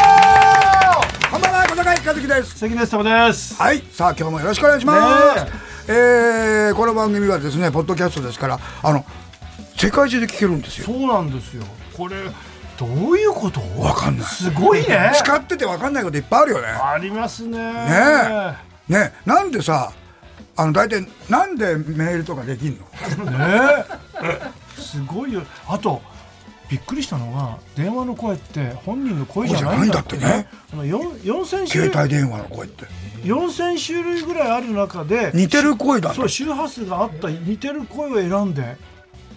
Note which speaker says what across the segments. Speaker 1: こんばんは、小坂井和樹です。
Speaker 2: 関根勤です。
Speaker 1: はい、さあ今日もよろしくお願いします。えーこの番組はですね、ポッドキャストですから、あの世界中で聞けるんですよ。
Speaker 2: そうなんですよ。これどういうこと？
Speaker 1: わかんない
Speaker 2: すごいね。
Speaker 1: 使っててわかんないこといっぱいあるよね。
Speaker 2: ありますね。ね
Speaker 1: ねえ、ねえ、なんでさ、あの大体なんでメールとかできんの？
Speaker 2: え。すごいよ。あと。びっくりしたのが電話の声って本人の声じゃな
Speaker 1: 声
Speaker 2: いん
Speaker 1: じゃ
Speaker 2: だ
Speaker 1: ないんだっ
Speaker 2: ってて
Speaker 1: ね
Speaker 2: ね。あの四四千種
Speaker 1: 携帯
Speaker 2: 類
Speaker 1: 電話の声って
Speaker 2: 四千種類ぐらいある中で、
Speaker 1: 似てる声だ
Speaker 2: そう周波数があった似てる声を選んで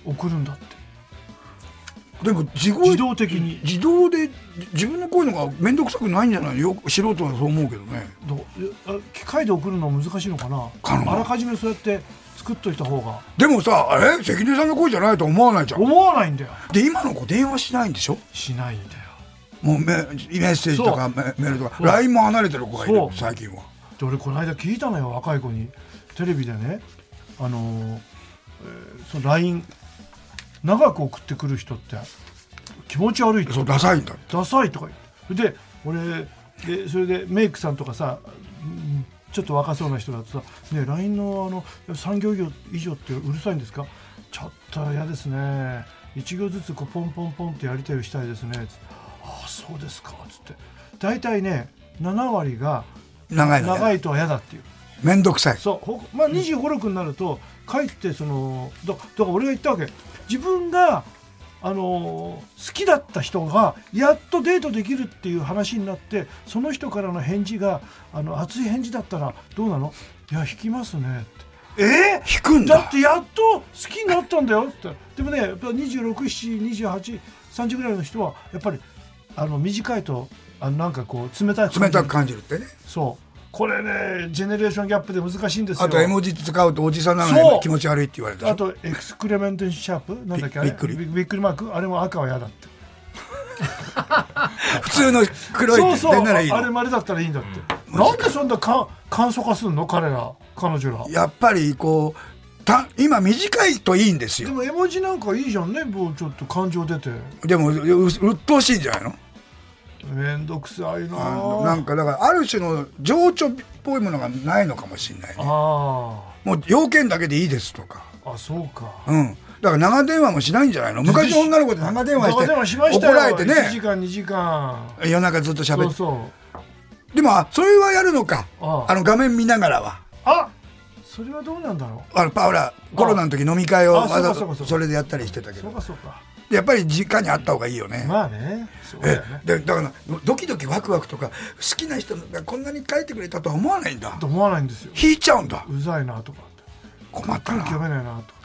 Speaker 2: 送るんだって。
Speaker 1: でも自動
Speaker 2: 自動的に
Speaker 1: 自動でじ自分の声の方が面倒くさくないんじゃないよく素人はそう思うけどね
Speaker 2: どうあ機械で送るのは難しいのかな
Speaker 1: かな
Speaker 2: あらかじめそうやって作っといた方が
Speaker 1: でもさえ関根さんの声じゃないと思わないじゃん
Speaker 2: 思わないんだよ
Speaker 1: で今の子電話しないんでしょ
Speaker 2: しないんだよ
Speaker 1: もうメメッセージとか
Speaker 2: そ
Speaker 1: メメールとか
Speaker 2: う
Speaker 1: LINE も離れてる子がいる
Speaker 2: そう
Speaker 1: 最近は
Speaker 2: で俺この間聞いたのよ若い子にテレビでねあのーえーその LINE 長く送ってくる人って気持ち悪いって
Speaker 1: そうダサいんだ
Speaker 2: ダサいとか言ってで俺でそれでメイクさんとかさうんちょっと若そうな人だとさ「ね LINE のあの産業業以上ってうるさいんですか?」「ちょっと嫌ですね1行ずつこうポンポンポンってやり取りしたいですね」つってああそうですか」つって大体ね7割が
Speaker 1: 長いの
Speaker 2: 長
Speaker 1: ね
Speaker 2: いとは嫌だっていう。
Speaker 1: 面倒くさい
Speaker 2: そうほまあ2 5六6になるとかえってそのだだから俺が言ったわけ自分があのー好きだった人がやっとデートできるっていう話になってその人からの返事があの熱い返事だったらどうなのいや引きますねってえー
Speaker 1: 引くん
Speaker 2: だ
Speaker 1: だ
Speaker 2: ってやっと好きになったんだよってでもねやっぱ262830ぐらいの人はやっぱりあの短いとあのなんかこう冷たい感じ
Speaker 1: 冷たく感じるってね
Speaker 2: そうこれねジェネレーションギャップで難しいんですよ
Speaker 1: あと絵文字使うとおじさんなの
Speaker 2: そ
Speaker 1: に
Speaker 2: う
Speaker 1: 気持ち悪いって言われた
Speaker 2: あとエクスクレメントシャープなんだっけあ
Speaker 1: び
Speaker 2: れ
Speaker 1: びっくり
Speaker 2: びっくりマークあれも赤は嫌だって
Speaker 1: 普通の黒い
Speaker 2: そう
Speaker 1: って
Speaker 2: そう
Speaker 1: ならいい
Speaker 2: ああれ
Speaker 1: の
Speaker 2: までだったらいいんだって、なんでそんなか簡素化すんの彼ら彼女ら
Speaker 1: やっぱりこうた今短いといいんです
Speaker 2: で
Speaker 1: よ
Speaker 2: も絵文字なんかいいじゃんねもうちょっと感情出て
Speaker 1: でもうう鬱陶しいんじゃないの
Speaker 2: めんどくさいな
Speaker 1: あ
Speaker 2: あ
Speaker 1: のなんかだからある種の情緒っぽいものがないのかもしれないね
Speaker 2: あ
Speaker 1: もう要件だけでいいですとか
Speaker 2: ーあそうか
Speaker 1: うんだから長電話もしないんじゃないの昔の女の子で長電話して
Speaker 2: 長電話しました
Speaker 1: 怒
Speaker 2: よ
Speaker 1: られて
Speaker 2: 1時
Speaker 1: ね
Speaker 2: 間2時間
Speaker 1: 夜中ずっと
Speaker 2: そ
Speaker 1: 喋
Speaker 2: う
Speaker 1: って
Speaker 2: そう
Speaker 1: でもあそれはやるのか
Speaker 2: あ
Speaker 1: あ
Speaker 2: あ
Speaker 1: の画面見ながらは
Speaker 2: あそれはどうなんだろ
Speaker 1: あのパウラコロナの時飲み会を
Speaker 2: ああ
Speaker 1: わざ
Speaker 2: そうかそうかそうか
Speaker 1: それでやったりしてた
Speaker 2: う
Speaker 1: け
Speaker 2: そう
Speaker 1: ど
Speaker 2: かそうか
Speaker 1: やっぱり時間にあった方がいいよね
Speaker 2: まあねそうだ
Speaker 1: え
Speaker 2: よね
Speaker 1: でだからドキドキワクワクとか好きな人がこんなに書いてくれたとは思わないんだ
Speaker 2: と思わないんですよ
Speaker 1: 引いちゃうんだ
Speaker 2: うざいなとかって
Speaker 1: 困った
Speaker 2: 空気
Speaker 1: な
Speaker 2: 読めないなとか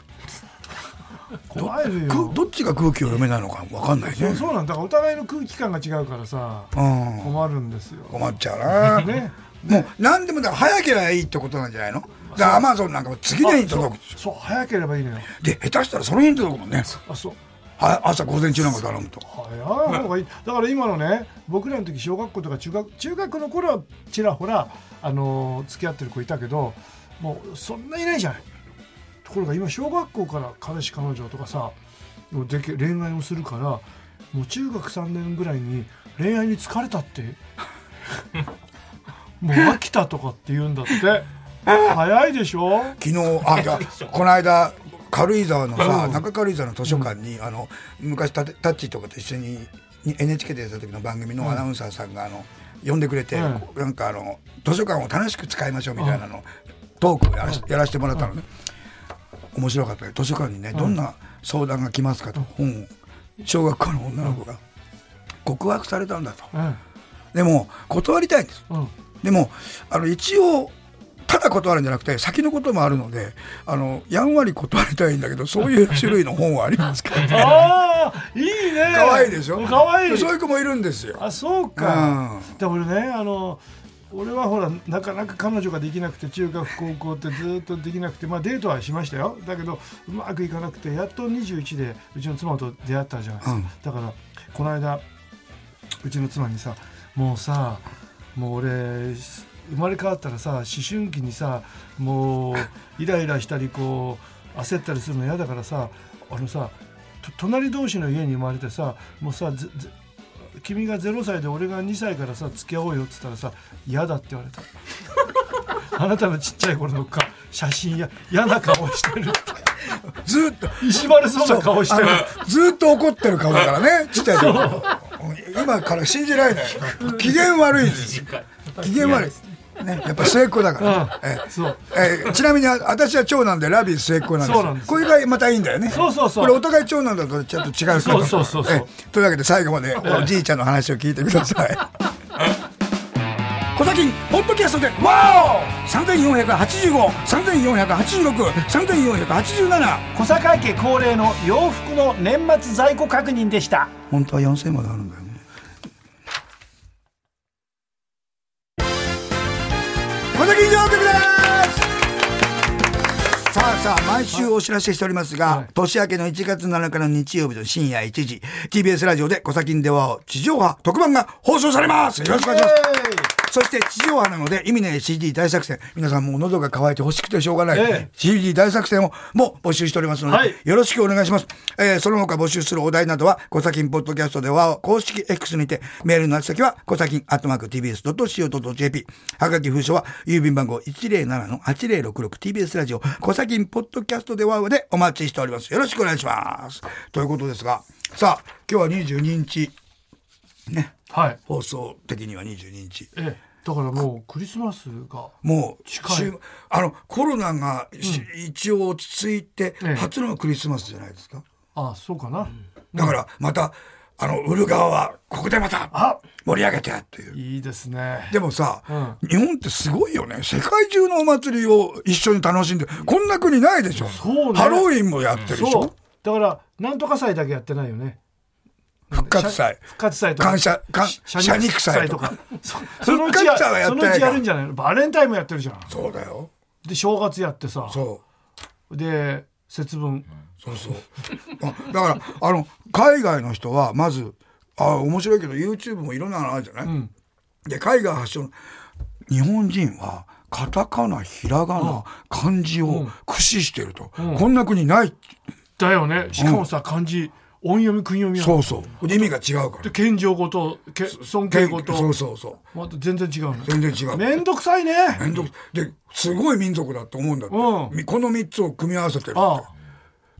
Speaker 2: 怖い
Speaker 1: く
Speaker 2: よ
Speaker 1: どっちが空気を読めないのかわかんない
Speaker 2: そう
Speaker 1: ね
Speaker 2: そうなんだからお互いの空気感が違うからさ
Speaker 1: うん
Speaker 2: 困るんですよ
Speaker 1: 困っちゃうな
Speaker 2: ね
Speaker 1: もう何でもだから早ければいいってことなんじゃないのだからアマゾンなんかも次の日に届く
Speaker 2: そう早ければいいのよ
Speaker 1: で下手したらその日に届くもんね
Speaker 2: あそう
Speaker 1: は朝午前中なんか頼むと
Speaker 2: 早い方がいいだから今のね僕らの時小学校とか中学中学の頃はちらほらあのー付き合ってる子いたけどもうそんないないじゃないところが今小学校から彼氏彼女とかさもうでけ恋愛をするからもう中学3年ぐらいに恋愛に疲れたって もう飽きたとかって言うんだって早いでしょ
Speaker 1: 昨日あいやこの間軽井沢のさ中軽井沢の図書館にあの昔タテタッチとかと一緒にに NHK でやった時の番組のアナウンサーさんがあの呼んでくれて
Speaker 2: うん
Speaker 1: こうなんかあの図書館を楽しく使いましょうみたいなのトークをやらしやらせてもらったのね面白かったよ図書館にねどんな相談が来ますかと本を小学校の女の子が告白されたんだと
Speaker 2: うん
Speaker 1: でも断りたいんです
Speaker 2: うん
Speaker 1: でもあの一応ただ断るんじゃなくて先のこともあるのであのやんわり断りたいんだけどそういう種類の本はあります からね
Speaker 2: ああいいね
Speaker 1: 可愛いでしょ
Speaker 2: 可愛い
Speaker 1: そういう子もいるんですよ
Speaker 2: あそうか、
Speaker 1: う
Speaker 2: で俺ねあの俺はほらなかなか彼女ができなくて中学高校ってずっとできなくてまあデートはしましたよだけどうまくいかなくてやっと21でうちの妻と出会ったじゃないですか、
Speaker 1: うん
Speaker 2: だからこの間うちの妻にさもうさもう俺し生まれ変わったらさ思春期にさもうイライラしたりこう焦ったりするの嫌だからさあのさと隣同士の家に生まれてさもうさずず君が0歳で俺が2歳からさ付き合おうよっつったらさ嫌だって言われたあなたのちっちゃい頃のか写真や嫌な顔してるって
Speaker 1: ずーっと
Speaker 2: 意地悪そうな顔してる
Speaker 1: あのずーっと怒ってる顔だから ねちっちゃい時今から信じられない機嫌悪いです機嫌悪いね、やっぱ末っ子だから、
Speaker 2: うん
Speaker 1: ええ
Speaker 2: そう
Speaker 1: ええちなみにあ私は長男でラビー末っ子なんです
Speaker 2: そうなんです
Speaker 1: これがまたいいんだよね
Speaker 2: そうそうそう
Speaker 1: これお互い長男だとちょっと違うから
Speaker 2: そうそうそうそう
Speaker 1: ええというわけで最後までおじいちゃんの話を聞いてください小崎ポッドキャストでわお3485、3486、3487
Speaker 2: 小坂家恒例の洋服の年末在庫確認でした
Speaker 1: 本当は4000まであるんだよね小崎上局ですさあさあ毎週お知らせしておりますが、
Speaker 2: はい
Speaker 1: 年明けの1月7日の日曜日の深夜1時 TBS ラジオで「コサキンでは」地上波特番が放送されますよろしくお願いしますそして地上波なので意味ない CD 大作戦皆さんもう喉が渇いて欲しくてしょうがない、
Speaker 2: ええ
Speaker 1: CD 大作戦をも募集しておりますので、
Speaker 2: はい
Speaker 1: よろしくお願いします、えーその他募集するお題などは「コサキンポッドキャスト」では公式 X にてメールの宛先はコサキンアットマーク TBS.CO.JP はがき封書は郵便番号 107-8066TBS ラジオ「コサキンポッドキャスト」ではでお待ちしておりますよろしくお願いしますということですがさあ今日は22日ね
Speaker 2: はい
Speaker 1: 放送的には22日
Speaker 2: ええだからもうクリスマスが
Speaker 1: もう
Speaker 2: 近い
Speaker 1: 週あのコロナがし、一応落ち着いて
Speaker 2: ええ
Speaker 1: 初のクリスマスじゃないですか、
Speaker 2: あそうかな、
Speaker 1: だからまたあの売る側はここでまた
Speaker 2: あ
Speaker 1: 盛り上げてっていう
Speaker 2: いいですね
Speaker 1: でもさ、日本ってすごいよね世界中のお祭りを一緒に楽しんでこんな国ないでしょ
Speaker 2: そうね
Speaker 1: ハロウィンもやってるでし
Speaker 2: そう
Speaker 1: ょ
Speaker 2: だからなんとか祭だけやってないよね
Speaker 1: 復活祭
Speaker 2: 復活祭とか
Speaker 1: 感謝感
Speaker 2: し
Speaker 1: 謝肉祭とか
Speaker 2: そそのうち
Speaker 1: 復活祭はや
Speaker 2: や
Speaker 1: って
Speaker 2: そ
Speaker 1: ないか
Speaker 2: のうちやるんじゃないのバレンタインもやってるじゃん
Speaker 1: そうだよ
Speaker 2: で正月やってさ
Speaker 1: そう
Speaker 2: で節分
Speaker 1: そうそう。あだからあの海外の人はまずあ面白いけど YouTube もいろんなのあるじゃない、
Speaker 2: ん
Speaker 1: で海外発祥の日本人はカタカナひらがな、漢字を駆使してると、こんな国ないって、
Speaker 2: だよねしかもさ漢字音読み訓読みやん
Speaker 1: そうそうで意味が違うか
Speaker 2: で
Speaker 1: ら
Speaker 2: 謙譲語とけ尊敬語と
Speaker 1: そうそうそう
Speaker 2: また全然違うの
Speaker 1: 全然違う
Speaker 2: めんどくさいね
Speaker 1: めんどくですごい民族だと思うんだって、
Speaker 2: うん
Speaker 1: みこの3つを組み合わせてるって
Speaker 2: あ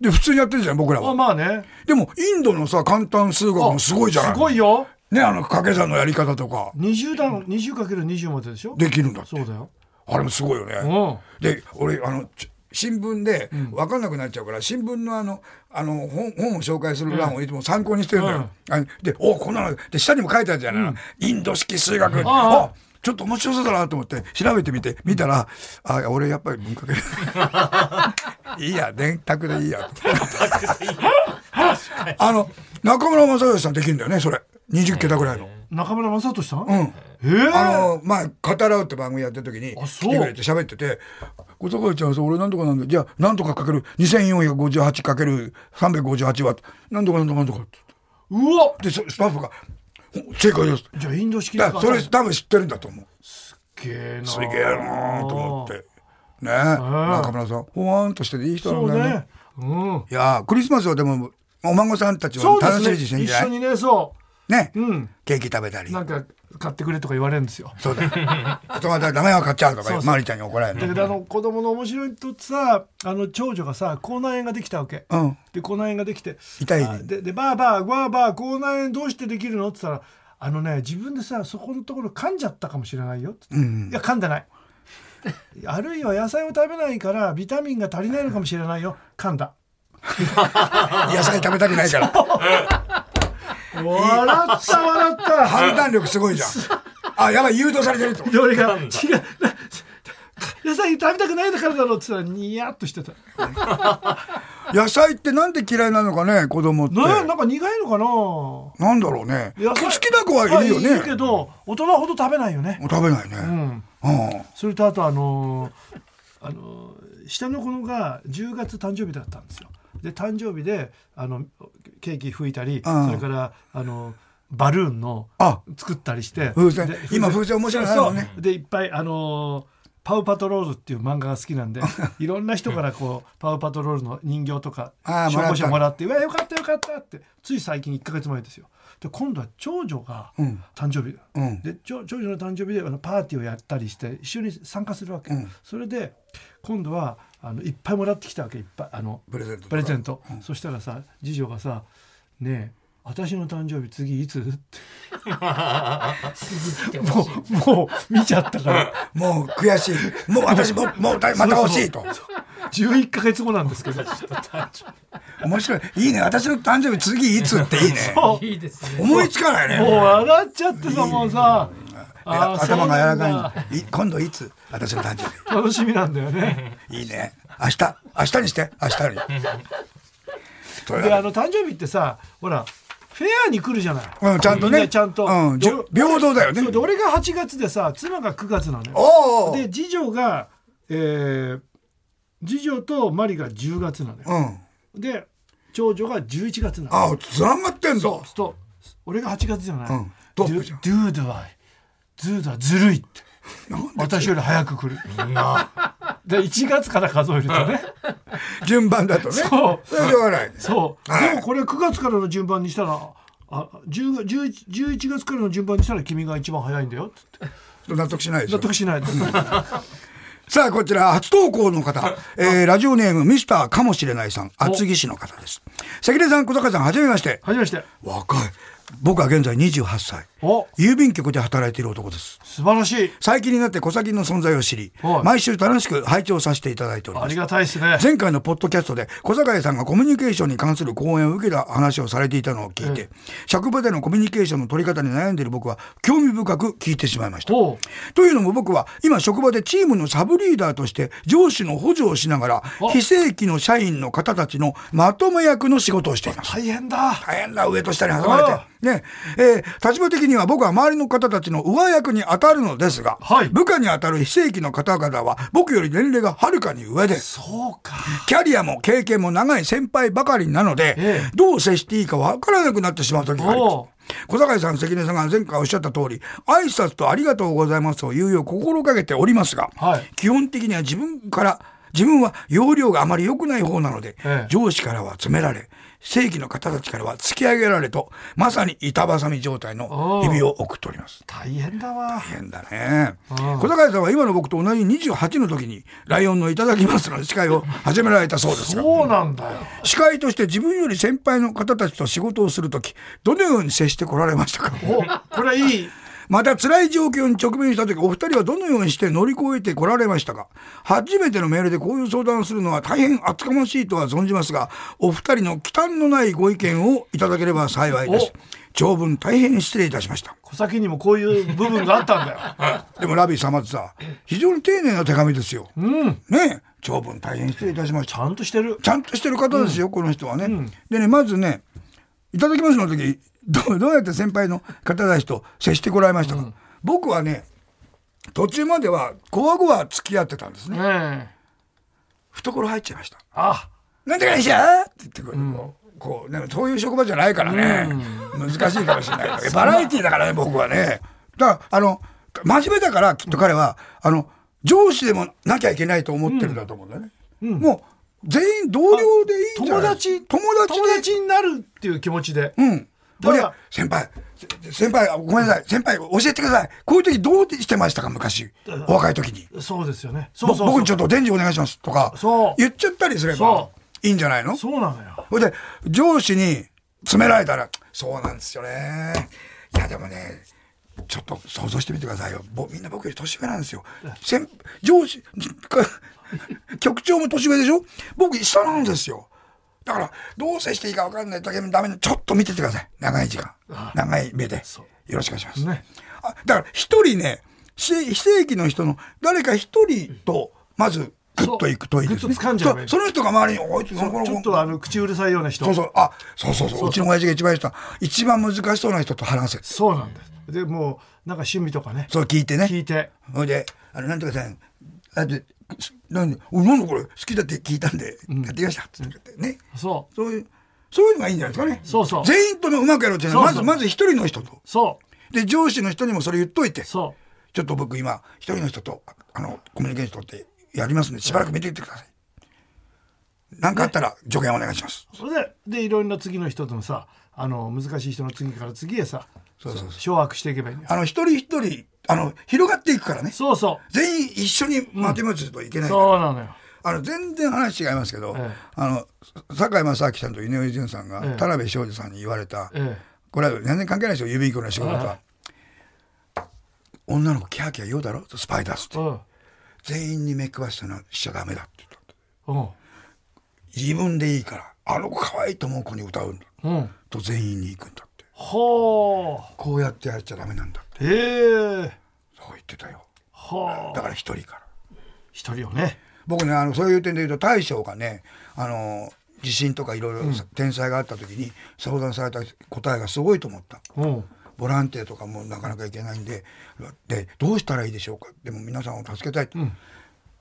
Speaker 1: で普通にやってるじゃん僕ら
Speaker 2: あまあ
Speaker 1: は
Speaker 2: まあね
Speaker 1: でもインドのさ簡単数学もすごいじゃない
Speaker 2: すごいよ
Speaker 1: ねあの掛け算のやり方とか
Speaker 2: 20段 20×20 まででしょ
Speaker 1: できるんだって
Speaker 2: そうだよ
Speaker 1: あれもすごいよね、
Speaker 2: うん
Speaker 1: で俺あのちょ新聞で分かんなくなっちゃうから、新聞のあのあの本本を紹介する欄をいつも参考にしてるのよ。あでおこんなので下にも書いてあるじゃない、インド式数学あ
Speaker 2: あ
Speaker 1: ちょっと面白そうだなと思って調べてみて見たら、あ俺やっぱり文化系 いいや電卓でいいやとあの中村雅俊さんできるんだよねそれ20桁ぐらいの。
Speaker 2: 中村雅俊さん
Speaker 1: うん
Speaker 2: ええ
Speaker 1: あの、まあ、語らうって番組やってる時に、
Speaker 2: あ
Speaker 1: 来
Speaker 2: そ
Speaker 1: て
Speaker 2: う
Speaker 1: くれて喋ってて、小坂井ちゃんさ、俺なんとかなんだよじゃあ、なんとかかける、2458かける358は、なんとかなんとかなんとかって
Speaker 2: うわ
Speaker 1: で、そスタッフが、お正解です。
Speaker 2: じゃあインド式
Speaker 1: だ
Speaker 2: だ
Speaker 1: から
Speaker 2: か
Speaker 1: そ
Speaker 2: ら
Speaker 1: れ
Speaker 2: す
Speaker 1: 多分知ってるんだと思う。
Speaker 2: げえな
Speaker 1: すげえなーと思って。ね中村さん、ほわーんとしてていい人な
Speaker 2: そ
Speaker 1: ん
Speaker 2: う
Speaker 1: だよね。
Speaker 2: ねうん
Speaker 1: いやークリスマスはでも、お孫さんたちは
Speaker 2: そう
Speaker 1: 楽しみ
Speaker 2: で
Speaker 1: にし
Speaker 2: す
Speaker 1: てん
Speaker 2: ね
Speaker 1: じ
Speaker 2: 一
Speaker 1: ゃ
Speaker 2: 緒
Speaker 1: ない
Speaker 2: にねそ
Speaker 1: ね、
Speaker 2: ううん
Speaker 1: ケーキ食べたり。
Speaker 2: なんか買ってくれとか言われるんですよ
Speaker 1: そうだ。あとまたダメは買っちゃうとか、マリちゃんに怒られる
Speaker 2: だけ
Speaker 1: の。
Speaker 2: どあの子供の面白いとさあの長女がさ口内炎ができたわけ、
Speaker 1: うん。
Speaker 2: で口内炎ができて
Speaker 1: 痛いね
Speaker 2: あででばあばあばあばあ口内炎どうしてできるのって言ったらあのね自分でさそこのところ噛んじゃったかもしれないよって言って、いや噛んでないあるいは野菜を食べないからビタミンが足りないのかもしれないよ噛んだ
Speaker 1: 野菜食べたくないから。
Speaker 2: 笑った笑った
Speaker 1: 判断力すごいじゃん。あ、やばい、誘導されてると。
Speaker 2: で俺が違うな野菜食べたくないからだろうって言ったらニヤッとしてた
Speaker 1: 野菜ってなんで嫌いなのかね、子供って。
Speaker 2: ななんか苦いのかな
Speaker 1: なんだろうね。
Speaker 2: 野
Speaker 1: 好
Speaker 2: 菜
Speaker 1: きな子はいるよね
Speaker 2: あ。けど大人ほど食べないよね
Speaker 1: もう食べないうね。
Speaker 2: ん
Speaker 1: うん。
Speaker 2: それとあとあのーあのー下の子のが10月誕生日だったんですよで誕生日であのケーキ吹いたり、
Speaker 1: うん
Speaker 2: それからあのバルーンの
Speaker 1: あ
Speaker 2: 作ったりして
Speaker 1: 風船
Speaker 2: で
Speaker 1: 今風船面白いのあるもんね
Speaker 2: そうでいっぱいあのーパウパトロールっていう漫画が好きな んでいろんな人からこうパウパトロールの人形とか
Speaker 1: あー
Speaker 2: 証
Speaker 1: も
Speaker 2: 拠
Speaker 1: らった
Speaker 2: 書もらって「うわよかったよかった」ってつい最近1か月前ですよ。で今度は長女が
Speaker 1: うん
Speaker 2: 誕生日、
Speaker 1: うん
Speaker 2: で長長女の誕生日であのパーティーをやったりして一緒に参加するわけ、
Speaker 1: うん
Speaker 2: それで今度はあのいっぱいもらってきたわけいっぱいあの
Speaker 1: プレゼントとか
Speaker 2: プレゼント、そしたらさ次女がさ「ねえ私の誕生日次いつ?」って
Speaker 3: て
Speaker 2: も
Speaker 3: ほしいう
Speaker 2: もう見ちゃったから
Speaker 1: もう悔しいもう私 ももうだまた欲しいと
Speaker 2: 11か月後なんですけど
Speaker 1: 面白いいいね私の誕生日次いつっていいね
Speaker 2: も
Speaker 3: いいですね
Speaker 1: 思いつかないう
Speaker 2: もう
Speaker 1: ね
Speaker 2: 笑っちゃってさもうさ
Speaker 1: いや頭が柔らかいい今度いつ私の誕生
Speaker 2: い楽しみなんだよね
Speaker 1: 日いいね明日明日にして明日にというわけ
Speaker 2: で
Speaker 1: で
Speaker 2: あの誕生日ってさほらフェアに来るじゃない、
Speaker 1: うん、ちゃんと
Speaker 2: み
Speaker 1: ね。
Speaker 2: なちゃんと、
Speaker 1: うん、じゅ
Speaker 2: で
Speaker 1: 平等だよね。
Speaker 2: そうで俺が8月でさ妻が9月なのよ
Speaker 1: おお。
Speaker 2: で次女が、えー次女とマリが10月なのよ、
Speaker 1: うん。
Speaker 2: で長女が11月なのよ
Speaker 1: あ、つながってんだ。
Speaker 2: そうすると俺が8月じゃない、
Speaker 1: うんトップじゃん
Speaker 2: Do, do do I Do do I ずるいって私より早く来るで1月から数えるとね
Speaker 1: 順番だとね。
Speaker 2: そう
Speaker 1: それはしょうがない。
Speaker 2: そう、
Speaker 1: はい
Speaker 2: でもこれ9月からの順番にしたらあ10 11, 11月からの順番にしたら君が一番早いんだよつって
Speaker 1: 納得しないでしょ。
Speaker 2: 納得しないです
Speaker 1: さあ、こちら、初投稿の方。えー、ラジオネーム、ミスターかもしれないさん、厚木市の方です。関根さん、小坂さん、はじめまして。
Speaker 2: はじめまして
Speaker 1: 若い。僕は現在28歳。
Speaker 2: お
Speaker 1: 郵便局で働いている男です。
Speaker 2: 素晴らしい
Speaker 1: 最近になって小崎の存在を知り
Speaker 2: はい、
Speaker 1: 毎週楽しく拝聴させていただいております
Speaker 2: ありがたいですね
Speaker 1: 前回のポッドキャストで小坂さんがコミュニケーションに関する講演を受けた話をされていたのを聞いて、職場でのコミュニケーションの取り方に悩んでいる僕は興味深く聞いてしまいました。
Speaker 2: おう
Speaker 1: というのも僕は今職場でチームのサブリーダーとして上司の補助をしながら非正規の社員の方たちのまとめ役の仕事をしています。
Speaker 2: 大変だ
Speaker 1: 大変だ上と下に挟まれて。ねえー立場的には僕は周りの方たちの上役に当たるのですが、
Speaker 2: はい
Speaker 1: 部下に当たる非正規の方々は僕より年齢がはるかに上です。
Speaker 2: そうか
Speaker 1: キャリアも経験も長い先輩ばかりなので、
Speaker 2: ええ
Speaker 1: どう接していいかわからなくなってしまう時がありま
Speaker 2: おう
Speaker 1: す。小坂井さん、関根さんが前回おっしゃった通り、挨拶とありがとうございますを言うよう心がけておりますが、
Speaker 2: はい
Speaker 1: 基本的には自分から、自分は容量があまり良くない方なので、
Speaker 2: ええ
Speaker 1: 上司からは詰められ、正規の方たちからは突き上げられと、まさに板挟み状態の日々を送っております。
Speaker 2: 大変だわ
Speaker 1: 大変だね
Speaker 2: うん
Speaker 1: 小高井さんは今の僕と同じ28の時に「ライオンのいただきます」の司会を始められたそうですが
Speaker 2: そうなんだよ
Speaker 1: 司会として自分より先輩の方たちと仕事をする時どのように接してこられましたか
Speaker 2: おこれいい
Speaker 1: また辛い状況に直面した時お二人はどのようにして乗り越えてこられましたか初めてのメールでこういう相談をするのは大変厚かましいとは存じますがお二人の忌憚のないご意見をいただければ幸いです長文大変失礼いたしました
Speaker 2: 小先にもこういう部分があったんだよ
Speaker 1: でもラビー様ってさ非常に丁寧な手紙ですよ
Speaker 2: うん
Speaker 1: ねえ長文大変失礼いたしまし
Speaker 2: ち
Speaker 1: た
Speaker 2: ゃんとしてる
Speaker 1: ちゃんとしてる方ですよ、この人はね、でねまずね「いただきます」の時どうどうやって先輩の方たちと接してこられましたか、僕はね途中まではこわごわ付き合ってたんですね
Speaker 2: ねえ
Speaker 1: 懐入っちゃいました
Speaker 2: あ
Speaker 1: 「なんとかでしょ?」って言ってこう,、こうね、そういう職場じゃないからね、難しいかもしれないけどバラエティーだからね僕はねだからあの真面目だからきっと彼は、あの上司でもなきゃいけないと思ってるんだと思うんだね、もう全員同僚でいいんじゃ
Speaker 2: 友
Speaker 1: ない
Speaker 2: 達
Speaker 1: 友達
Speaker 2: 友
Speaker 1: で
Speaker 2: 達になるっていう気持ちで、
Speaker 1: うん。
Speaker 2: だから
Speaker 1: 俺先輩、せ先輩、ごめんなさい、先輩、教えてください。こういう時どうしてましたか、昔。お若い時に。
Speaker 2: そうですよねそ
Speaker 1: ぼ
Speaker 2: うそうそう
Speaker 1: 僕にちょっと伝授お願いしますとか
Speaker 2: そう、
Speaker 1: 言っちゃったりすれば
Speaker 2: そ、
Speaker 1: いいんじゃないのそ
Speaker 2: そうなのよ
Speaker 1: れで、上司に詰められたら、そうなんですよね。いや、でもね、ちょっと想像してみてくださいよ。ぼみんな僕より年上なんですよ。先上司、 か局長も年上でしょ僕下なんですよ。だから、どう接していいか分かんないだけダメちょっと見ててください。長い時間。長い目で。よ
Speaker 2: う
Speaker 1: ろしくお願いします。
Speaker 2: ね
Speaker 1: あだから、一人ね、し非正規の人の誰か一人と、まず、グッといくといいです、ね。
Speaker 2: そうグッと掴んじゃえばいい
Speaker 1: そその人が周りに、おいつ、なんか
Speaker 2: ちょっとあの口うるさいような人
Speaker 1: そうそう、あ、そうそうそう、うちの親父が一番下、一番難しそうな人と話せ。
Speaker 2: そうなんですでもうなんか趣味とかね
Speaker 1: そう聞いてね。
Speaker 2: 聞いて
Speaker 1: ほいで、あの、なんとかさん、あで、すなんで、おなんだこれ、好きだって聞いたんで、やってきました、つってね。
Speaker 2: そう
Speaker 1: そういう、そういうのがいいんじゃないですかね。
Speaker 2: そうそう
Speaker 1: 全員とね、うまくやろうっていうのは、ま
Speaker 2: そ
Speaker 1: ず、
Speaker 2: うそう
Speaker 1: まず一人の人と。
Speaker 2: そ
Speaker 1: で、上司の人にもそれ言っといて、
Speaker 2: うそ
Speaker 1: ちょっと僕今、一人の人と、ああの、コミュニケーション取ってやりますんで、しばらく見ていてください。何かあったら助言お願いします。
Speaker 2: それででいろんな次の人とのさあの難しい人の次から次へさ
Speaker 1: そうそうそう
Speaker 2: 掌握していけばいいんだよ
Speaker 1: あの、一人一人、あの、広がっていくからね。
Speaker 2: そうそ
Speaker 1: 全員一緒に待て待ちといけ
Speaker 2: う
Speaker 1: ないから、
Speaker 2: そうなのよ
Speaker 1: あの全然話違いますけど、
Speaker 2: ええ
Speaker 1: あの堺正明さんと井上潤さんが、
Speaker 2: ええ
Speaker 1: 田辺庄司さんに言われた、
Speaker 2: え
Speaker 1: これは全然関係ないですよ指一個の仕事と
Speaker 2: は
Speaker 1: は。女の子キャーキャー言うだろスパイダースっ
Speaker 2: え
Speaker 1: て全員に目配したのしちゃダメだって言った
Speaker 2: うん
Speaker 1: 自分でいいからあの子可愛いと思う子に歌うんだ
Speaker 2: うんうん
Speaker 1: と全員に行くんだって
Speaker 2: ほ
Speaker 1: こうやってやっちゃダメなんだって
Speaker 2: うへえ
Speaker 1: そう言ってたよ
Speaker 2: は
Speaker 1: だ
Speaker 2: あ
Speaker 1: から一人から
Speaker 2: 一人をね
Speaker 1: 僕ねあのそういう点で言うと大将がねあの地震とかいろいろ天災があった時に相談された答えがすごいと思った
Speaker 2: うん
Speaker 1: ボランティアとかもなかなか行けないんででどうしたらいいでしょうかでも皆さんを助けたいと、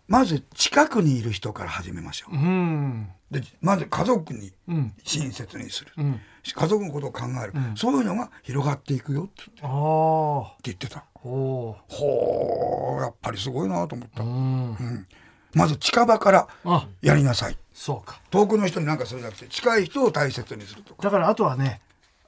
Speaker 1: まず近くにいる人から始めましょ
Speaker 2: うん
Speaker 1: うでまず家族に
Speaker 2: うん
Speaker 1: 親切にする、
Speaker 2: うん
Speaker 1: 家族のことを考える、そういうのが広がっていくよって
Speaker 2: ああほ
Speaker 1: 言ってた
Speaker 2: う
Speaker 1: ほうやっぱりすごいなと思った、
Speaker 2: うん
Speaker 1: まず近場から
Speaker 2: あ
Speaker 1: やりなさい
Speaker 2: そうか
Speaker 1: 遠くの人に何かするんじゃなくて近い人を大切にするとか
Speaker 2: だからあとはね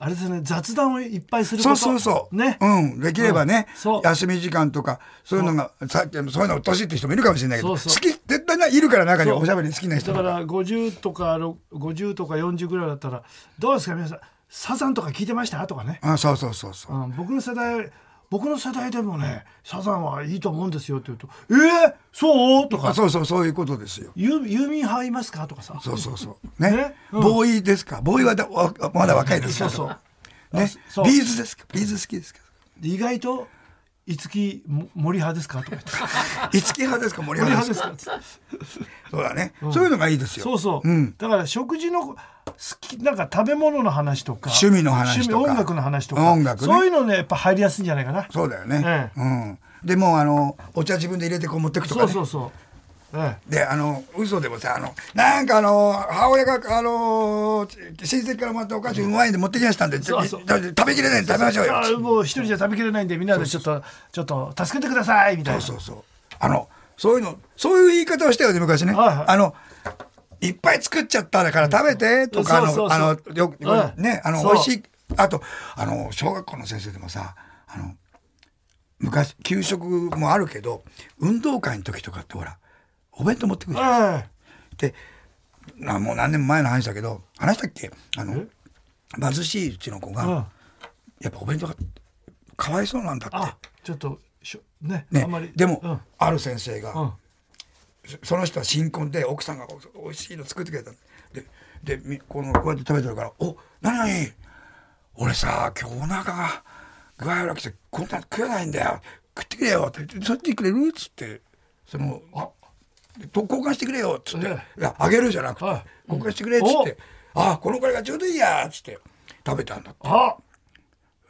Speaker 2: あれですね雑談をいっぱいするこ
Speaker 1: そ
Speaker 2: と
Speaker 1: うそうそう、
Speaker 2: ね
Speaker 1: うん、できればね、
Speaker 2: うんそう
Speaker 1: 休み時間とかそういうのがさっきのそういうのうっとうしいって人もいるかもしれないけど
Speaker 2: そう
Speaker 1: 好
Speaker 2: そう
Speaker 1: き絶対ないるから中には
Speaker 2: そう
Speaker 1: おしゃべり好きな人
Speaker 2: だ
Speaker 1: が
Speaker 2: から50とかろ50とか40ぐらいだったらどうですか皆さんサザンとか聞いてましたとかね、
Speaker 1: あそうそうそうそうう、
Speaker 2: ん、僕の世代僕の世代でもねサザンはいいと思うんですよって言うと「えー、そう?」と
Speaker 1: あ
Speaker 2: か
Speaker 1: そうそうそういうことですよ
Speaker 2: ユユーミン派いますか?」とかさ
Speaker 1: そうそうそうね
Speaker 2: ねうん
Speaker 1: ボーイですかボーイはだわまだ若いです
Speaker 2: そ
Speaker 1: か
Speaker 2: う
Speaker 1: ら
Speaker 2: そう
Speaker 1: ね
Speaker 2: そう
Speaker 1: ビーズですかビーズ好きですか
Speaker 2: 意外と「五木も森派ですか?」と か言って
Speaker 1: 五木派ですか
Speaker 2: 「
Speaker 1: 森
Speaker 2: 森派
Speaker 1: 派
Speaker 2: で
Speaker 1: ですす
Speaker 2: か?
Speaker 1: か
Speaker 2: っつって」
Speaker 1: そうだね、そういうのがいいですよ
Speaker 2: そうそう、
Speaker 1: ん
Speaker 2: だから食事の好きなんか食べ物の話とか
Speaker 1: 趣味の話とか
Speaker 2: 趣味音楽の話とか
Speaker 1: 音楽ね
Speaker 2: そういうのねやっぱ入りやすいんじゃないかな
Speaker 1: そうだよね、
Speaker 2: ええ
Speaker 1: うんでもうあのお茶自分で入れてこう持ってくとか
Speaker 2: そ
Speaker 1: ね
Speaker 2: うそうそう。え
Speaker 1: であの嘘でもさあのなんかあの母親があの親戚からもらったお菓子うまいんで持ってきましたんで
Speaker 2: そうそう
Speaker 1: ちょ食べきれないんで食べましょう
Speaker 2: え。
Speaker 1: よ
Speaker 2: あーもう一人じゃ食べきれないんでみんなでちょっとちょっと助けてくださいみたいな。
Speaker 1: そうそうそうあのそういうのそういう言い方をしたよね昔ね、
Speaker 2: はいはい
Speaker 1: あのいっぱい作っちゃったから食べてとかあ
Speaker 2: そ
Speaker 1: の
Speaker 2: うそうそう
Speaker 1: あのよく
Speaker 2: うん
Speaker 1: ねあの
Speaker 2: そう
Speaker 1: 美味しいあとあの小学校の先生でもさあの昔給食もあるけど運動会の時とかってほらお弁当持ってくるじゃん
Speaker 2: え
Speaker 1: でなもう何年も前の話だけど話したっけあの
Speaker 2: え
Speaker 1: 貧しいうちの子
Speaker 2: え。
Speaker 1: が、
Speaker 2: うん。
Speaker 1: やっぱお弁当がかわいそうなんだっ
Speaker 2: あちょっとしょね
Speaker 1: て、
Speaker 2: あんまり
Speaker 1: ね、でも、
Speaker 2: うん
Speaker 1: ある先生が、
Speaker 2: うん
Speaker 1: そその人は新婚で奥さんがおおいしいの作ってくれたのででみこのこうやって食べてるから「お何何俺さ今日お腹が具合悪くてこんなの食えないんだよ食ってくれよ」って「そっちくれる?」っつってその「あと交換してくれよ」っつって
Speaker 2: え
Speaker 1: 「いやあげるじゃなくて
Speaker 2: はい
Speaker 1: 交換してくれ」っつって「あこのくらいがちょうどいいや」っつって食べたんだって
Speaker 2: あ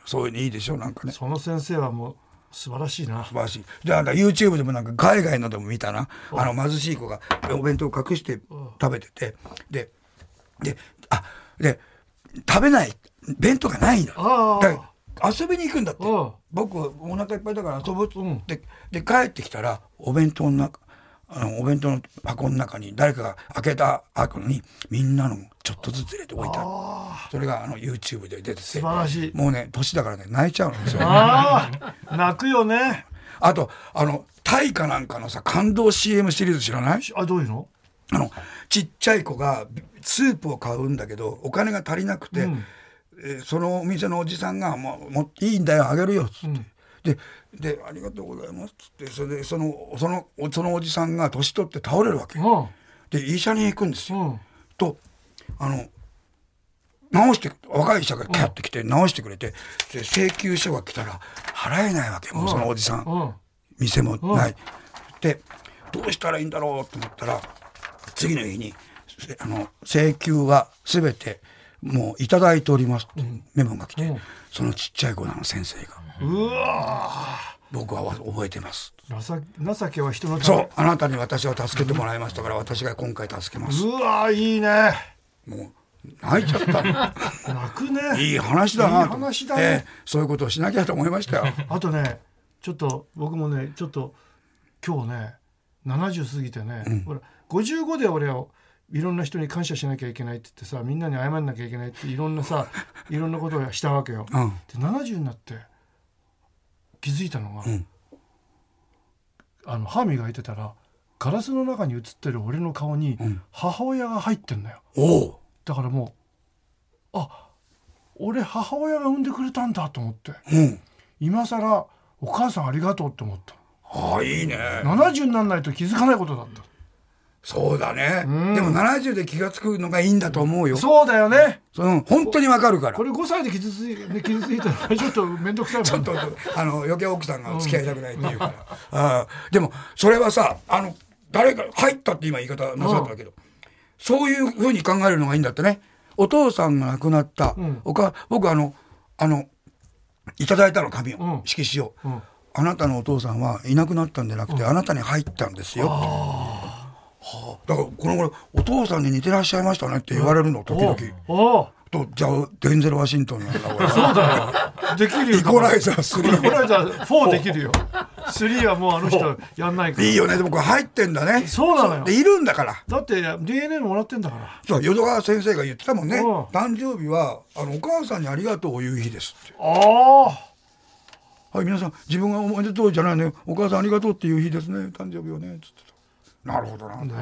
Speaker 1: そういうのいいでしょなんかね素
Speaker 2: その先生はもう素晴らしいな。
Speaker 1: 晴らしいでなんか YouTube でもなんか海外のでも見たなあの貧しい子がお弁当を隠して食べててでであで食べない弁当がないの
Speaker 2: あー
Speaker 1: だから遊びに行くんだって
Speaker 2: うん
Speaker 1: 僕お腹いっぱいだから遊ぶっつって、
Speaker 2: うん
Speaker 1: でで帰ってきたらお弁当の中あのお弁当の箱の中に誰かが開けた箱にみんなのちょっとずつ入れて置いたそれがあの YouTube で出てて
Speaker 2: 素晴らしい
Speaker 1: もうね年だからね泣いちゃうんですよ
Speaker 2: ああ泣くよね。
Speaker 1: あとあの大化なんかのさ感動 CM シリーズ知らない
Speaker 2: あどういうの？
Speaker 1: あのちっちゃい子がスープを買うんだけどお金が足りなくて、
Speaker 2: うん
Speaker 1: えーそのお店のおじさんが「もうもういいんだよあげるよ」っつって。
Speaker 2: うん
Speaker 1: でで「ありがとうございます」っつってそれでそのそのおそのおじさんが年取って倒れるわけ
Speaker 2: う、ん
Speaker 1: で医者に行くんですよ、
Speaker 2: うん
Speaker 1: とあの直して若い医者がキャッて来て直してくれてで請求書が来たら払えないわけもうそのおじさん
Speaker 2: うん
Speaker 1: 店もない。でどうしたらいいんだろうと思ったら次の日にせあの請求は全てもういただいておりますってメモが来て、
Speaker 2: うん
Speaker 1: そのちっちゃい子なの先生が
Speaker 2: うわ
Speaker 1: 「僕は覚えてます」
Speaker 2: ー情情けは人のため
Speaker 1: そうあなたに私は助けてもらいましたから私が今回助けます
Speaker 2: うわーいいね
Speaker 1: もう泣いちゃ った
Speaker 2: 泣くね。
Speaker 1: いい話だない
Speaker 2: い
Speaker 1: と思って
Speaker 2: 話だね
Speaker 1: そういうことをしなきゃと思いましたよ
Speaker 2: あとね、ちょっと僕もね、ちょっと今日ね、 70過ぎてね、ほら55で俺はいろんな人に感謝しなきゃいけないって言ってさみんなに謝んなきゃいけないっていろんなさいろんなことをしたわけよ。
Speaker 1: うん
Speaker 2: で70になって気づいたのが、
Speaker 1: ん
Speaker 2: あの歯磨いてたらガラスの中に映ってる俺の顔に母親が入ってんだよ。
Speaker 1: おう
Speaker 2: だからもうあ俺母親が産んでくれたんだと思って
Speaker 1: うん
Speaker 2: 今更お母さんありがとうって思った
Speaker 1: ああいいね
Speaker 2: 70にならないと気づかないことだった
Speaker 1: そうだね、
Speaker 2: うん
Speaker 1: でも70で気が付くのがいいんだと思うよ
Speaker 2: そうだよね
Speaker 1: その本当にわかるから
Speaker 2: これ5歳で傷ついね傷ついたらちょっと面倒くさいもん
Speaker 1: ちょっとあの余計奥さんが付き合いたくないっていうから、あーでもそれはさあの誰か入ったって今言い方なさったけど、そういうふうに考えるのがいいんだってねお父さんが亡くなった、
Speaker 2: ん
Speaker 1: おか僕あのあのいただいたの紙を、
Speaker 2: ん
Speaker 1: 色紙を、
Speaker 2: うん
Speaker 1: あなたのお父さんはいなくなったんじゃなくて、あなたに入ったんですよはあだからこの頃お父さんに似てらっしゃいましたねって言われるの時々、
Speaker 2: おう
Speaker 1: とじゃあデンゼル・ワシントンなんだ俺
Speaker 2: そうだよできるよ
Speaker 1: イコライザー3
Speaker 2: イコライザー4できるよ3はもうあの人やんないから
Speaker 1: いいよね、でもこれ入ってんだね。
Speaker 2: そうなのよ
Speaker 1: で、いるんだから。
Speaker 2: だって DNA もらってんだから
Speaker 1: そう、淀川先生が言ってたもんね。
Speaker 2: うん
Speaker 1: 誕生日は、あの、お母さんにありがとうを言う日ですって。
Speaker 2: ああ
Speaker 1: はい、皆さん、自分がおめでとうじゃないね。お母さんありがとうっていう日ですね。誕生日をね。つってた。なるほどな。ね。
Speaker 2: ね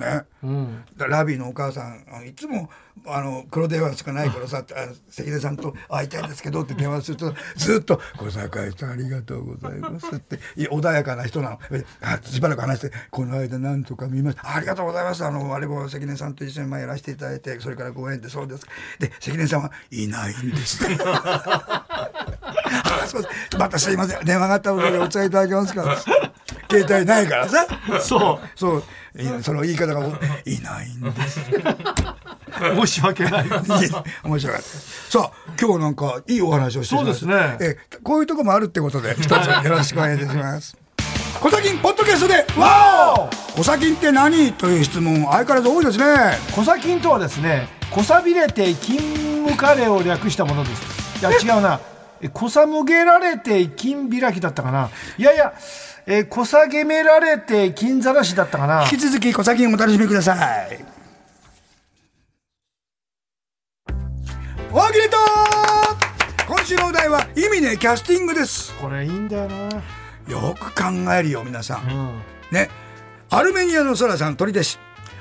Speaker 2: えうん
Speaker 1: だラビーのお母さんあのいつもあの黒電話しかないからさあ関根さんと会いたいんですけどって電話するとずっと「小坂井さんありがとうございます」ってい穏やかな人なのあしばらく話して「この間なんとか見ましたありがとうございますあのあれも関根さんと一緒に前やらせていただいてそれからご縁でそうですか」で関根さんはいないんです」 あすいませんまたすいません電話があったのでお伝えいただけますか」携帯ないからさ
Speaker 2: そ
Speaker 1: そういその言い方が 「いないんです」
Speaker 2: う申し訳ない
Speaker 1: いい面白かった。さあ、今日なんかいいお話をしていただいて
Speaker 2: そうです
Speaker 1: ええこういうとこもあるってことで、一つよろしくお願いいたします。小崎ポッドキャストで、わお小崎って何という質問、相変わらず多いですね。
Speaker 2: コサキンとはですね、こさびれて金むかれを略したものです。いや違うな、えこさむげられて金開きだったかな。いやいや、えこさげめられて金ざらしだったかな。
Speaker 1: 引き続き小崎をお楽しみください。大喜利と今週のお題は、意味ねキャスティングです。
Speaker 2: これいいんだよな。
Speaker 1: よく考えるよ、皆さん。
Speaker 2: うん。
Speaker 1: ね。アルメニアのソラさん、鳥弟子。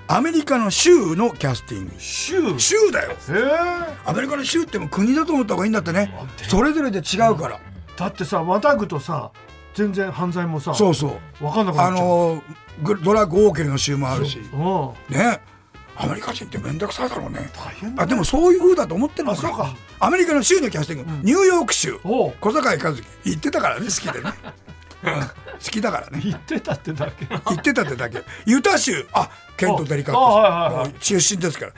Speaker 1: アメリカの州のキャスティング。
Speaker 2: シュー。
Speaker 1: 州だよ。
Speaker 2: えー
Speaker 1: アメリカの州っても国だと思った方がいいんだってねそれぞれで違うから、
Speaker 2: だってさ、またぐとさ、全然犯罪もさ、
Speaker 1: そうそう
Speaker 2: わかんなくな
Speaker 1: あ
Speaker 2: っちゃう。
Speaker 1: のグドラッグオーケルの州もあるし
Speaker 2: うん。
Speaker 1: ねアメリカ人って面倒くさいだろうね
Speaker 2: 大変だ。
Speaker 1: あでもそういう風だと思ってるの
Speaker 2: あそうか
Speaker 1: アメリカの州のキャスティング、ニューヨーク州
Speaker 2: おう
Speaker 1: 小坂井和樹行ってたからね好きでねうん好きだからね
Speaker 2: 言ってたってだ け。
Speaker 1: 行ってたってだけユタ州あケント・デリカット
Speaker 2: あはいはいはい
Speaker 1: 出身ですから違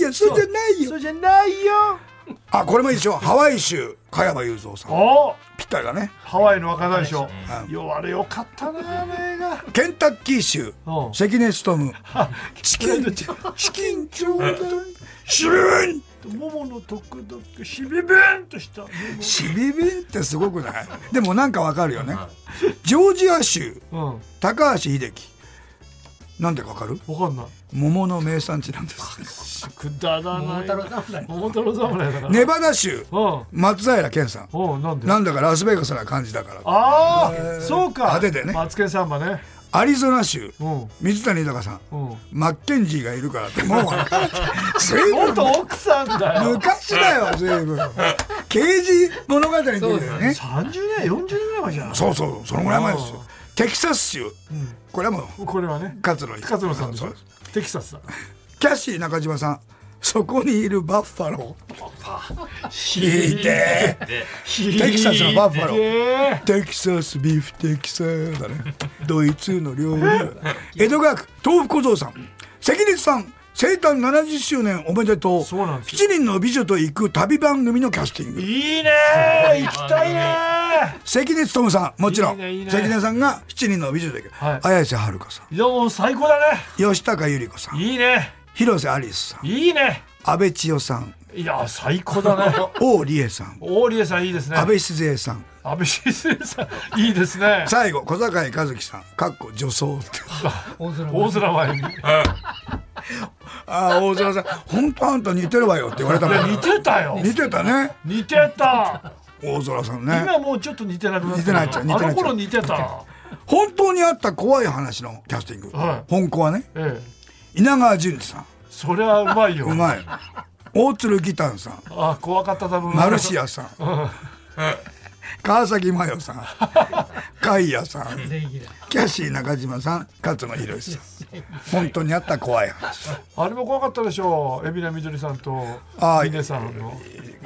Speaker 1: うよそうじゃない
Speaker 2: そ
Speaker 1: よ
Speaker 2: うじゃないよ。
Speaker 1: あこれもいいでしょハワイ州加山雄三さん
Speaker 2: おう。
Speaker 1: ぴったりだね
Speaker 2: ハワイの若大将。よあれよかったなあの映画。
Speaker 1: ケンタッキー州
Speaker 2: うん
Speaker 1: 関根勤チキン
Speaker 2: ンチ
Speaker 1: チキンちょうだいシビビン
Speaker 2: 桃の特毒しびびんとした
Speaker 1: シビビンってすごくないでもなんかわかるよねジョージア州
Speaker 2: うん
Speaker 1: 高橋秀樹なんでかわかる
Speaker 2: わかんない
Speaker 1: 桃の名産地なんです
Speaker 2: くだらない桃太郎侍桃太郎侍だから
Speaker 1: ネバダ州
Speaker 2: うん
Speaker 1: 松平健さん
Speaker 2: おうなんで
Speaker 1: なんだかラスベガスな感じだから
Speaker 2: ああそうか
Speaker 1: 派手でね
Speaker 2: マツケンサンバね
Speaker 1: アリゾナ州
Speaker 2: うん
Speaker 1: 水谷豊さん
Speaker 2: うん
Speaker 1: マッケンジーがいるからってもうわ かる随分
Speaker 2: 元奥さん だよ
Speaker 1: 昔だよ随分刑事物語でだよね
Speaker 2: 30年40年ぐらい前じゃん
Speaker 1: そうそうそのぐらい前ですよテキサス州、これはも
Speaker 2: これはね
Speaker 1: う勝野
Speaker 2: 勝野さんでし
Speaker 1: そ
Speaker 2: ょ
Speaker 1: うです
Speaker 2: テキサスだ
Speaker 1: キャッシー中島さんそこにいるバッファロー引いてテ
Speaker 2: テ
Speaker 1: キサスのバッファロー
Speaker 2: ー
Speaker 1: テキサスビーフテキサスだねドイツの料理江戸川区豆腐小僧さん関根さん生誕70周年おめでとう
Speaker 2: そうなんです
Speaker 1: 7人の美女と行く旅番組のキャスティング
Speaker 2: いいね行きたいね
Speaker 1: 関根勤さんもちろん
Speaker 2: いいねいいね
Speaker 1: 関根さんが7人の美女と行く、
Speaker 2: はい
Speaker 1: 綾瀬はるかさん
Speaker 2: いやもう最高だね
Speaker 1: 吉高由里子さん
Speaker 2: いいね
Speaker 1: 広瀬アリスさん
Speaker 2: いいね
Speaker 1: 安倍千代さん
Speaker 2: いや最高だ ね
Speaker 1: 王理恵さん
Speaker 2: 大理恵さんいいですね
Speaker 1: 安倍静江さん
Speaker 2: 安倍晋三さんいいですね
Speaker 1: 最後小坂井和樹さんかっこ女装って
Speaker 3: 大空
Speaker 2: 大空は
Speaker 1: ああ大沢さん本当あんた似てるわよって言われたもん
Speaker 2: 似てたよ
Speaker 1: 似てたね
Speaker 2: 似て た
Speaker 1: 大空さんね
Speaker 2: 今もうちょっと似てなくなった
Speaker 1: 似てないっちゃ似てないっちゃ
Speaker 2: あの頃似てた
Speaker 1: 本当にあった怖い話のキャスティング、
Speaker 2: はい
Speaker 1: 本校はね
Speaker 2: ええ
Speaker 1: 稲川淳二さん
Speaker 2: それはうまいよ
Speaker 1: う まい大鶴ギタンさん
Speaker 2: あ怖かっただろうな
Speaker 1: マルシアさ ん川崎麻世さんカイヤさん
Speaker 3: 全員だ
Speaker 1: キャシー中島さん勝野博さん本当にあった怖い話
Speaker 2: あれも怖かったでしょう海老名みどりさんと
Speaker 1: あー
Speaker 2: 峰さんの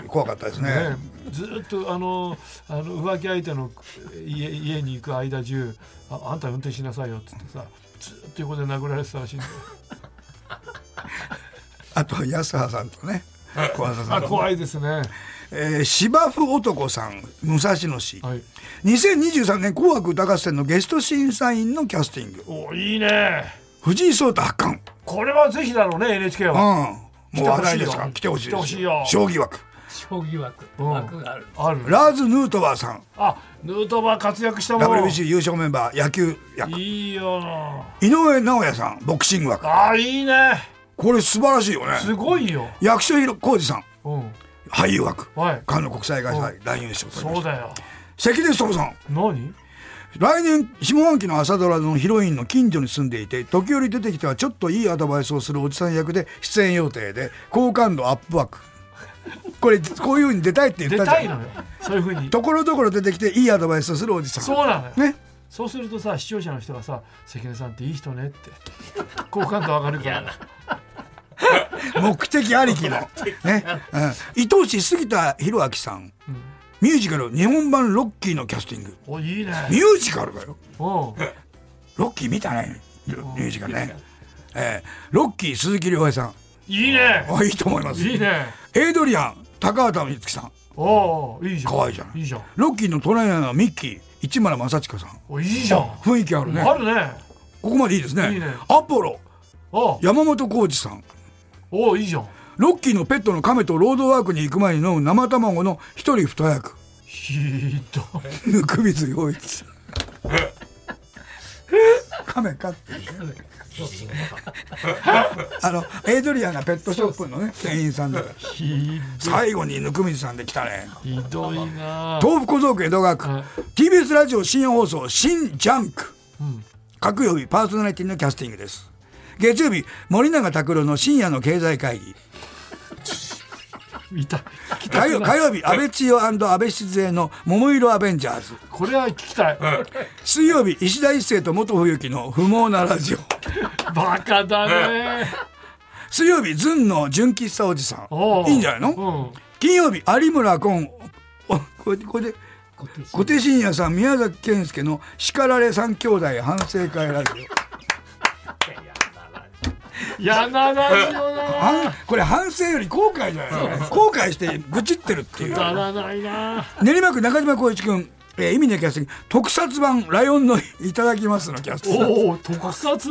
Speaker 1: 怖かったですね
Speaker 2: ね、ずーっとあのあの浮気相手の家家に行く間中あ「あんた運転しなさいよ」っつってさずーっと横で殴られてたらしい んだよ
Speaker 1: あと安葉さんとね小朝さ
Speaker 2: あ
Speaker 1: んと、
Speaker 2: 怖いですね
Speaker 1: えー芝生男さん武蔵野市、
Speaker 2: はい
Speaker 1: 2023年「紅白歌合戦」のゲスト審査員のキャスティング
Speaker 2: おいいね
Speaker 1: 藤井聡太八冠
Speaker 2: これはぜひだろうね NHK
Speaker 1: うん
Speaker 2: は、
Speaker 1: もう話題ですから来
Speaker 2: 来
Speaker 1: て
Speaker 2: て
Speaker 1: ほ
Speaker 2: ほ
Speaker 1: し
Speaker 2: し
Speaker 1: い
Speaker 2: い
Speaker 1: で
Speaker 2: よ
Speaker 1: す
Speaker 2: 来てほしい
Speaker 1: 将棋
Speaker 2: よ
Speaker 1: 枠
Speaker 3: 将棋枠
Speaker 2: うん
Speaker 3: 枠がある
Speaker 2: ある
Speaker 1: ラーズ・ヌートバーさん
Speaker 2: あヌートバー活躍したもん
Speaker 1: WBC 優勝メンバー野球役
Speaker 2: いいよな
Speaker 1: 井上尚弥さんボクシング枠
Speaker 2: あいいね
Speaker 1: これ素晴らしいよ
Speaker 2: す
Speaker 1: ね
Speaker 2: ごいよ、
Speaker 1: 役所広浩二さん
Speaker 2: うん、
Speaker 1: 俳優枠
Speaker 2: はい
Speaker 1: カンヌ国際会社大優勝
Speaker 2: そうだよ
Speaker 1: 関根勤さん
Speaker 2: 何
Speaker 1: 来年下半期の朝ドラのヒロインの近所に住んでいて時折出てきてはちょっといいアドバイスをするおじさん役で出演予定で好感度アップ枠これこういうふうに出たいって言
Speaker 2: 出
Speaker 1: った
Speaker 2: た
Speaker 1: じ
Speaker 2: い
Speaker 1: ゃん
Speaker 2: のよそういうふうに
Speaker 1: ところどころ出てきていいアドバイスをするおじさん
Speaker 2: そうなのよ
Speaker 1: ね
Speaker 2: そうするとさ視聴者の人がさ「関根さんっていい人ね」って好感度上がるから
Speaker 1: 目的ありき の、ねうん、伊藤氏杉田博明さん、ミュージカル日本版ロッキーのキャスティング
Speaker 2: おいいね
Speaker 1: ミュージカルだよ
Speaker 2: おう
Speaker 1: ロッキー見たねミュージカルね、えーロッキー鈴木亮平さん
Speaker 2: いいね
Speaker 1: あいいと思います
Speaker 2: いいね
Speaker 1: エイドリアン高畑充希さん
Speaker 2: おおいいじゃん
Speaker 1: 可愛いじゃない
Speaker 2: いいじゃん
Speaker 1: ロッキーのトライアンのミッキー市村正親さん
Speaker 2: おいいじゃん
Speaker 1: 雰囲気あるね
Speaker 2: あるね
Speaker 1: ここまでいいですね
Speaker 2: いいね
Speaker 1: アポロ
Speaker 2: おう
Speaker 1: 山本浩二さん
Speaker 2: おういいじゃん
Speaker 1: ロッキーのペットの亀とロードワークに行く前に飲む生卵の一人二役
Speaker 2: ひどい
Speaker 1: ぬくみず陽一さん亀飼ってるあのエイドリアンがペットショップのね店員さんだから
Speaker 2: ひ
Speaker 1: 最後にぬくみずさんで来たね
Speaker 2: ひどいな
Speaker 1: 東北小僧区江戸川区
Speaker 2: はい
Speaker 1: TBS ラジオ深夜放送「新ジャンク」
Speaker 2: うん
Speaker 1: 各曜日パーソナリティのキャスティングです月曜日森永卓郎の深夜の経済会議
Speaker 2: 見た聞きた
Speaker 1: 火
Speaker 2: い
Speaker 1: 曜火曜日安倍千代安倍静江の「桃色アベンジャーズ
Speaker 2: これは聞きたい」
Speaker 1: 水曜日石田一生と元冬樹の「不毛なラジオ」
Speaker 2: バカだね
Speaker 1: 水曜日ずんの純喫茶おじさ
Speaker 2: お
Speaker 1: ん
Speaker 2: う
Speaker 1: いいんじゃないの、
Speaker 2: うん
Speaker 1: 金曜日有村昆おこれこれで
Speaker 3: 固定
Speaker 1: 小手伸也さん宮崎健介の「叱られ三兄弟反省会ラジオ」
Speaker 2: やなラジオだな
Speaker 1: あんこれ反省より後悔じゃないですか後悔して愚痴ってるっていう
Speaker 2: くだらないな
Speaker 1: 練馬区中島光一君、えー、意味のキャスティング特撮版「ライオンのいただきます」のキャスティング
Speaker 2: おお特撮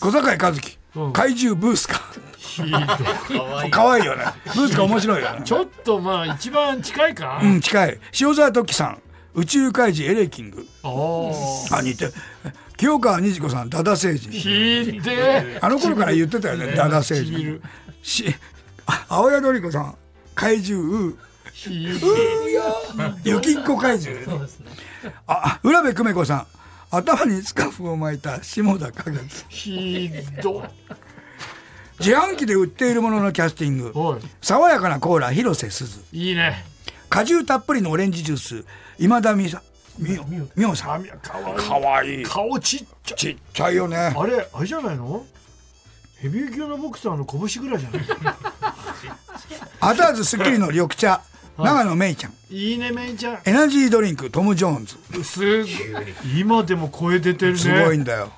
Speaker 1: 小坂井和樹、
Speaker 2: うん
Speaker 1: 怪獣ブースカ
Speaker 2: ひどい
Speaker 1: 可愛いよねブースカ面白いよね
Speaker 2: ちょっとまあ一番近いか、
Speaker 1: うん近い塩沢時さん宇宙怪人エレキング
Speaker 2: お
Speaker 1: あ似てる清川虹子さんダダ星人
Speaker 2: ひいて
Speaker 1: あの頃から言ってたよねダダ星
Speaker 2: ちび
Speaker 1: 人
Speaker 2: る
Speaker 1: しあ青柳のり子さん怪獣うー
Speaker 2: ひいう
Speaker 1: ーよーゆきっこ怪獣
Speaker 3: そうですね
Speaker 1: あ浦部久美子さん頭にスカーフを巻いた下田影月
Speaker 2: ひどい
Speaker 1: 自販機で売っているもののキャスティング
Speaker 2: おい
Speaker 1: 爽やかなコーラ広瀬すず
Speaker 2: いいね
Speaker 1: 果汁たっぷりのオレンジジュース今田美桜美桜美桜さん
Speaker 2: かわ
Speaker 1: かわいい
Speaker 2: 顔ちっちゃい
Speaker 1: ちっちゃいよね
Speaker 2: あれあれじゃないのヘビー級のボクサーの拳ぐらいじゃない
Speaker 1: アターズスッキリの緑茶長野めいちゃん
Speaker 2: いいねめいちゃ
Speaker 1: エナジードリンクトム・ジョーンズ
Speaker 2: んす今でも声出てるね
Speaker 1: すごいんだよ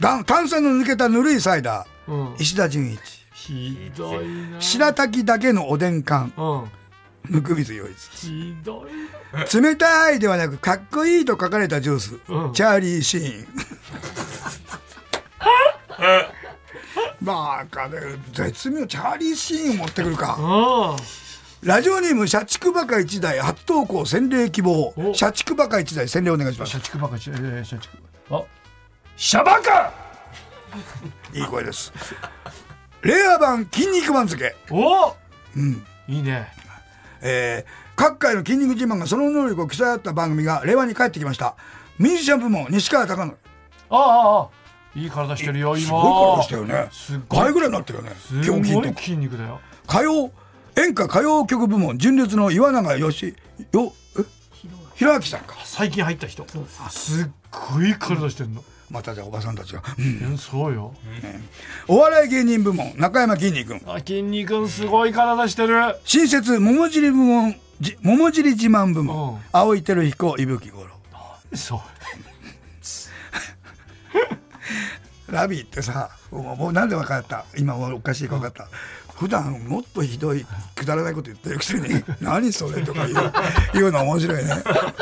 Speaker 1: だ炭酸の抜けたぬるいサイダ
Speaker 2: う
Speaker 1: ー
Speaker 2: ん、
Speaker 1: 石田純一
Speaker 2: ひどいな
Speaker 1: 白滝だけのおでん缶
Speaker 2: うん
Speaker 1: 温水洋一
Speaker 2: ひどい
Speaker 1: 冷たいではなくかっこいいと書かれたジュース、
Speaker 2: うん
Speaker 1: チャーリー・シーン まあかね絶妙チャーリー・シーンを持ってくるか
Speaker 2: あ
Speaker 1: ラジオネーム社畜バカ一台初投稿洗礼希望
Speaker 2: お
Speaker 1: 社畜バカ一台洗礼お願いします
Speaker 2: 社畜ばっかりしえー社畜あ
Speaker 1: シャバカ いい声です令和版筋肉番付
Speaker 2: お
Speaker 1: うん
Speaker 2: いいね
Speaker 1: えー各界の筋肉自慢がその能力を競い合った番組が令和に帰ってきましたミュージシャン部門西川貴教
Speaker 2: ああああいい体してるよ今
Speaker 1: すごい体したよね
Speaker 2: すっごい
Speaker 1: 倍ぐらいになってるよね
Speaker 2: す
Speaker 1: 胸筋
Speaker 2: ご
Speaker 1: と
Speaker 2: い
Speaker 1: か
Speaker 2: 筋肉だよ
Speaker 1: 歌謡演歌歌謡曲部門純烈の岩永よしよえ平明さんか
Speaker 2: 最近入った人すっごい体してるの、
Speaker 1: またじゃあおばさんたちが、うん
Speaker 2: うん、そうよ
Speaker 1: お笑い芸人部門中山きんに君
Speaker 2: あ筋肉すごい体してる
Speaker 1: 新設桃尻部門じ桃尻自慢部
Speaker 2: うん
Speaker 1: 門青井輝彦伊吹五郎
Speaker 2: そう
Speaker 1: ラビーってさもうもうなんで分かった今もうおかしいか分かった普段もっとひどいくだらないこと言ってるくせに 「何それ」とか言う言うの面白いねだか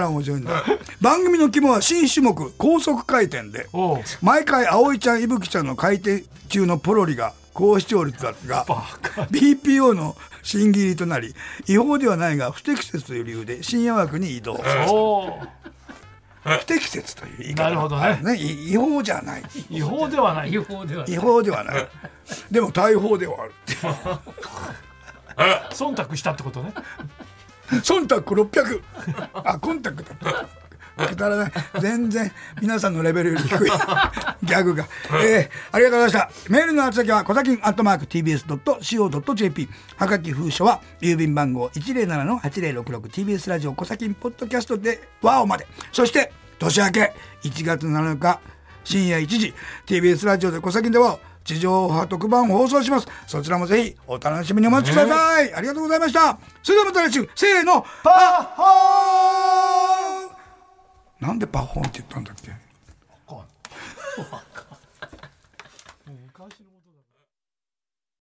Speaker 1: ら面白いんだ番組の肝は新種目高速回転で
Speaker 2: おう
Speaker 1: 毎回葵ちゃん伊吹ちゃんの回転中のポロリが高視聴率だが
Speaker 2: バカ
Speaker 1: BPO の審議入りとなり違法ではないが不適切という理由で深夜枠に移動
Speaker 2: おう
Speaker 1: 不適切という言い方
Speaker 2: なるほどね
Speaker 1: ねい違法じゃない
Speaker 2: 違法では ない
Speaker 3: 違法ではない
Speaker 1: 違法ではないでも大法ではあるって
Speaker 2: 忖度したってことね
Speaker 1: 忖度600あコンタクトくだらない全然皆さんのレベルより低いギャグが、えー、ありがとうございましたメールの宛先は小崎アットマーク TBS.CO.JP はがき封書は郵便番号 107-8066TBS ラジオ小崎ポッドキャストでワオまでそして年明け1月7日深夜1時 TBS ラジオで小崎では地上波特番を放送しますそちらもぜひお楽しみにお待ちください、ありがとうございましたそれではまた来週せーのパッホーンなんでパホーンって言ったんだっけ
Speaker 2: わかんない昔の